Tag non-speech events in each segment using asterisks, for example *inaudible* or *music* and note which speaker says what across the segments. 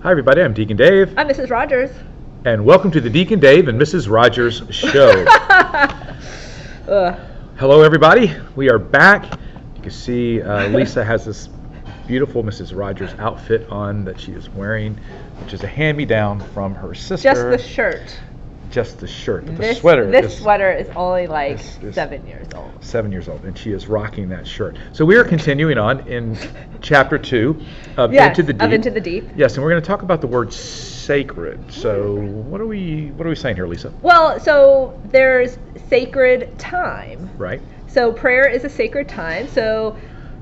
Speaker 1: Hi, everybody. I'm Deacon Dave,
Speaker 2: I'm Mrs. Rogers. *laughs*
Speaker 1: and welcome to the Deacon Dave and Mrs. Rogers
Speaker 2: *laughs*
Speaker 1: Show.
Speaker 2: Ugh.
Speaker 1: Hello, everybody. We are back. You can see uh, Lisa has this beautiful Mrs. Rogers outfit on that she is wearing, which is a hand-me-down from her sister.
Speaker 2: Just the shirt.
Speaker 1: Just the shirt, but the
Speaker 2: this
Speaker 1: sweater.
Speaker 2: This
Speaker 1: is
Speaker 2: sweater is only like
Speaker 1: This- this-
Speaker 2: seven years old.
Speaker 1: Seven years old, and she is rocking that shirt. So we are continuing on in chapter two of
Speaker 2: Yes,
Speaker 1: Into the Deep.
Speaker 2: of Into the Deep.
Speaker 1: Yes, and we're going to talk about the word sacred. So what are we what are we saying here, Lisa?
Speaker 2: Well, so there's sacred time.
Speaker 1: Right.
Speaker 2: So prayer is a sacred time. So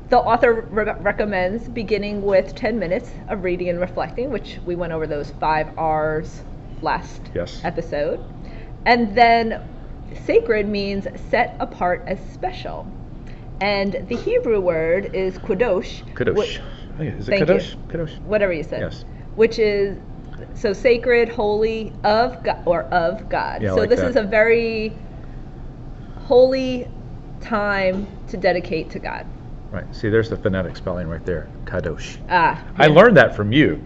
Speaker 2: the author re- recommends beginning with 10 minutes of reading and reflecting, which we went over those five R's last
Speaker 1: Yes.
Speaker 2: episode. And then sacred means set apart as special. And the Hebrew word is kadosh.
Speaker 1: Kadosh.
Speaker 2: whi-
Speaker 1: Oh, yeah, Is it
Speaker 2: Thank you.
Speaker 1: kadosh? Kadosh.
Speaker 2: whatever you said.
Speaker 1: Yes.
Speaker 2: Which is so sacred, holy of God or of God.
Speaker 1: Yeah, I
Speaker 2: so
Speaker 1: like
Speaker 2: this
Speaker 1: that.
Speaker 2: is a very holy time to dedicate to God.
Speaker 1: Right. See, there's the phonetic spelling right there. Kadosh.
Speaker 2: Ah.
Speaker 1: I learned that from you.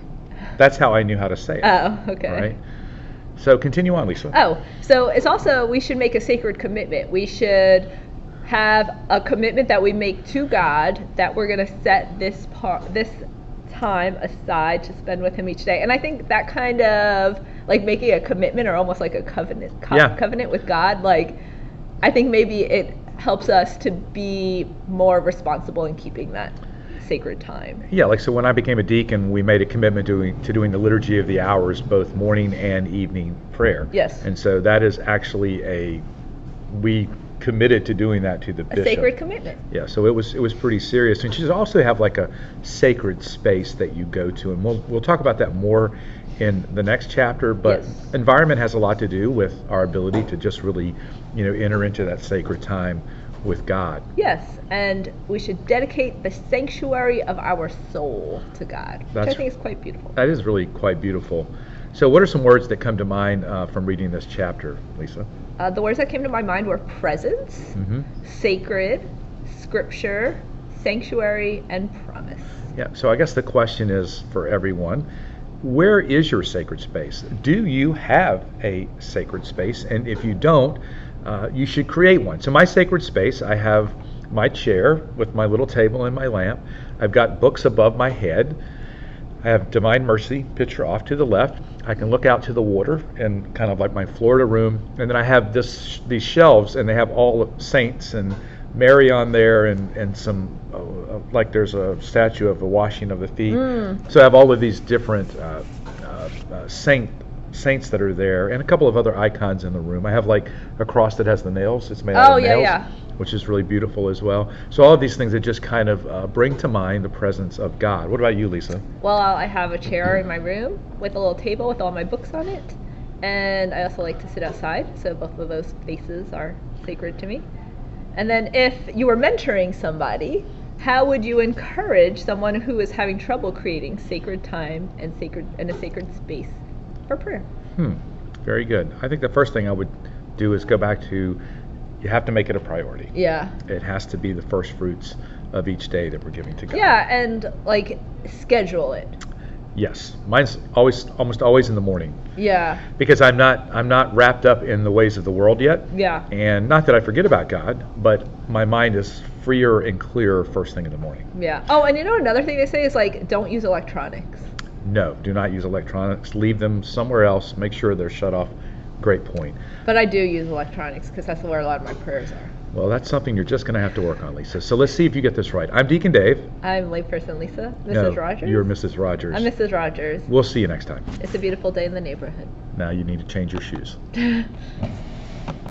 Speaker 1: That's how I knew how to say it.
Speaker 2: Oh, okay.
Speaker 1: all right. So continue on, Lisa.
Speaker 2: Oh, so it's also we should make a sacred commitment. We should have a commitment that we make to God that we're going to set this part this time aside to spend with him each day. And I think that kind of like making a commitment or almost like a covenant co-
Speaker 1: Yeah.
Speaker 2: covenant with God like I think maybe it helps us to be more responsible in keeping that sacred time.
Speaker 1: Yeah, like so when I became a deacon, we made a commitment doing, to doing the liturgy of the hours, both morning and evening prayer.
Speaker 2: Yes.
Speaker 1: And so that is actually a we committed to doing that to the
Speaker 2: A
Speaker 1: bishop.
Speaker 2: sacred commitment.
Speaker 1: Yeah, so it was it was pretty serious, and she's also have like a sacred space that you go to, and we'll we'll talk about that more in the next chapter. But
Speaker 2: Yes.
Speaker 1: environment has a lot to do with our ability to just really, you know, enter into that sacred time with God.
Speaker 2: Yes, and we should dedicate the sanctuary of our soul to God, which I
Speaker 1: That's-
Speaker 2: think is quite beautiful.
Speaker 1: That is really quite beautiful. So, what are some words that come to mind uh, from reading this chapter, Lisa?
Speaker 2: Uh, the words that came to my mind were presence,
Speaker 1: Mm-hmm.
Speaker 2: sacred, scripture, sanctuary, and promise.
Speaker 1: Yeah. So, I guess the question is for everyone. Where is your sacred space? Do you have a sacred space? And if you don't, uh, you should create one. So, my sacred space, I have my chair with my little table and my lamp. I've got books above my head. I have Divine Mercy picture off to the left. I can look out to the water and kind of like my Florida room. And then I have this these shelves, and they have all of saints and Mary on there, and and some uh, uh, like there's a statue of the washing of the feet.
Speaker 2: Hmm.
Speaker 1: So I have all of these different uh, uh, uh, saint saints that are there, and a couple of other icons in the room. I have like a cross that has the nails. It's made out
Speaker 2: Oh,
Speaker 1: of
Speaker 2: yeah,
Speaker 1: nails
Speaker 2: yeah.
Speaker 1: which is really beautiful as well. So all of these things that just kind of uh, bring to mind the presence of God. What about you, Lisa?
Speaker 2: Well, I have a chair in my room with a little table with all my books on it, and I also like to sit outside, so both of those spaces are sacred to me. And then, if you were mentoring somebody, how would you encourage someone who is having trouble creating sacred time and sacred and a sacred space for prayer?
Speaker 1: Hmm, very good. I think the first thing I would do is go back to you have to make it a priority.
Speaker 2: Yeah,
Speaker 1: It has to be the first fruits of each day that we're giving to God.
Speaker 2: yeah, and like schedule it.
Speaker 1: Yes. Mine's always almost always in the morning
Speaker 2: Yeah,
Speaker 1: because I'm not I'm not wrapped up in the ways of the world yet.
Speaker 2: yeah,
Speaker 1: And not that I forget about God, but my mind is freer and clearer first thing in the morning.
Speaker 2: yeah. Oh, and you know another thing they say is like, don't use electronics.
Speaker 1: No, do not use electronics. Leave them somewhere else. Make sure they're shut off. Great point.
Speaker 2: But I do use electronics because that's where a lot of my prayers are.
Speaker 1: Well, that's something you're just going to have to work on, Lisa. So let's see if you get this right. I'm Deacon Dave.
Speaker 2: I'm layperson Lisa, Mrs.
Speaker 1: No,
Speaker 2: Rogers.
Speaker 1: You're Mrs. Rogers.
Speaker 2: I'm Mrs. Rogers.
Speaker 1: We'll see you next time.
Speaker 2: It's a beautiful day in the neighborhood.
Speaker 1: Now you need to change your shoes.